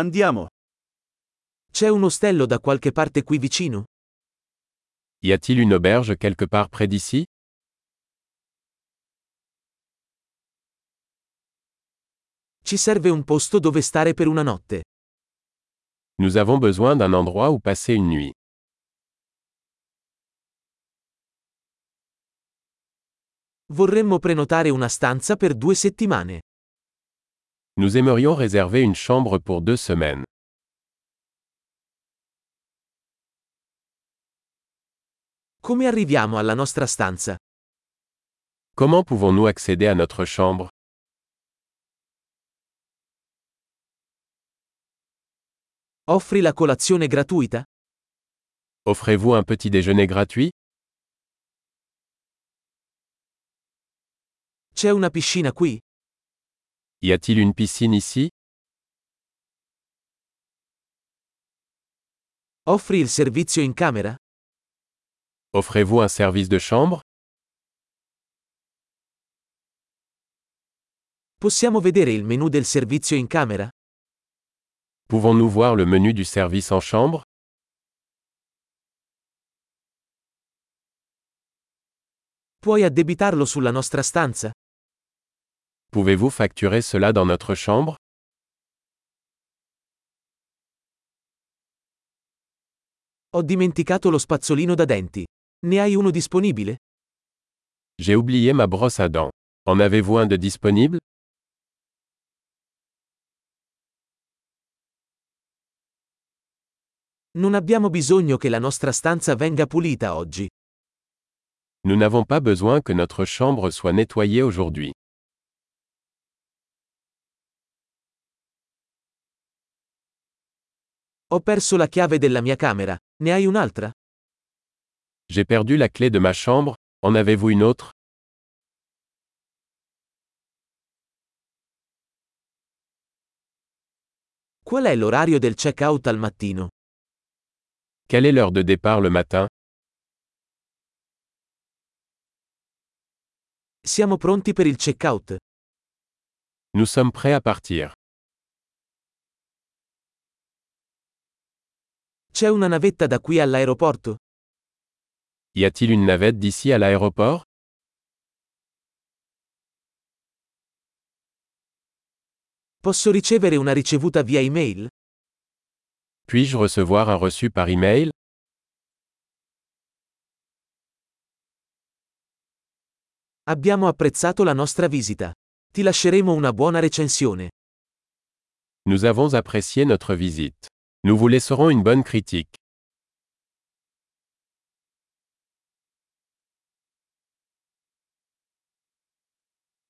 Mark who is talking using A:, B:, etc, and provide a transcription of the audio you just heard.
A: Andiamo.
B: C'è un ostello da qualche parte qui vicino?
C: Y a-t-il une auberge quelque part près d'ici
B: Ci serve un posto dove stare per una notte.
C: Nous avons besoin d'un endroit où passer une nuit.
B: Vorremmo prenotare una stanza per due settimane.
C: Nous aimerions réserver une chambre pour deux semaines.
B: Come arriviamo alla nostra stanza?
C: Comment pouvons-nous accéder à notre chambre
B: Offri la colazione gratuita?
C: Offrez-vous un petit déjeuner gratuit
B: C'è una piscina qui?
C: Y a-t-il une piscine ici
B: Offri il servizio in camera?
C: Offrez-vous un service de chambre
B: Possiamo vedere il menu del servizio in camera?
C: Pouvons-nous voir le menu du service en chambre
B: Puoi addebitarlo sulla nostra stanza?
C: Pouvez-vous facturer cela dans notre chambre
B: Ho dimenticato lo spazzolino da denti. Ne hai uno disponibile?
C: J'ai oublié ma brosse à dents. En avez-vous un de disponible
B: Non abbiamo bisogno che la nostra stanza venga pulita oggi.
C: Nous n'avons pas besoin que notre chambre soit nettoyée aujourd'hui.
B: Ho perso la chiave della mia camera. Ne hai un'altra?
C: J'ai perdu la clé de ma chambre, en avez-vous une autre
B: Qual è l'orario del check-out al mattino?
C: Quelle est l'heure de départ le matin
B: Siamo pronti per il check-out.
C: Nous sommes prêts à partir.
B: C'è una navetta da qui all'aeroporto?
C: Y a-t-il une navette d'ici à l'aéroport
B: Posso ricevere una ricevuta via email?
C: Puis-je recevoir un reçu par email
B: Abbiamo apprezzato la nostra visita. Ti lasceremo una buona recensione.
C: Nous avons apprécié notre visite. Nous vous laisserons une bonne critique.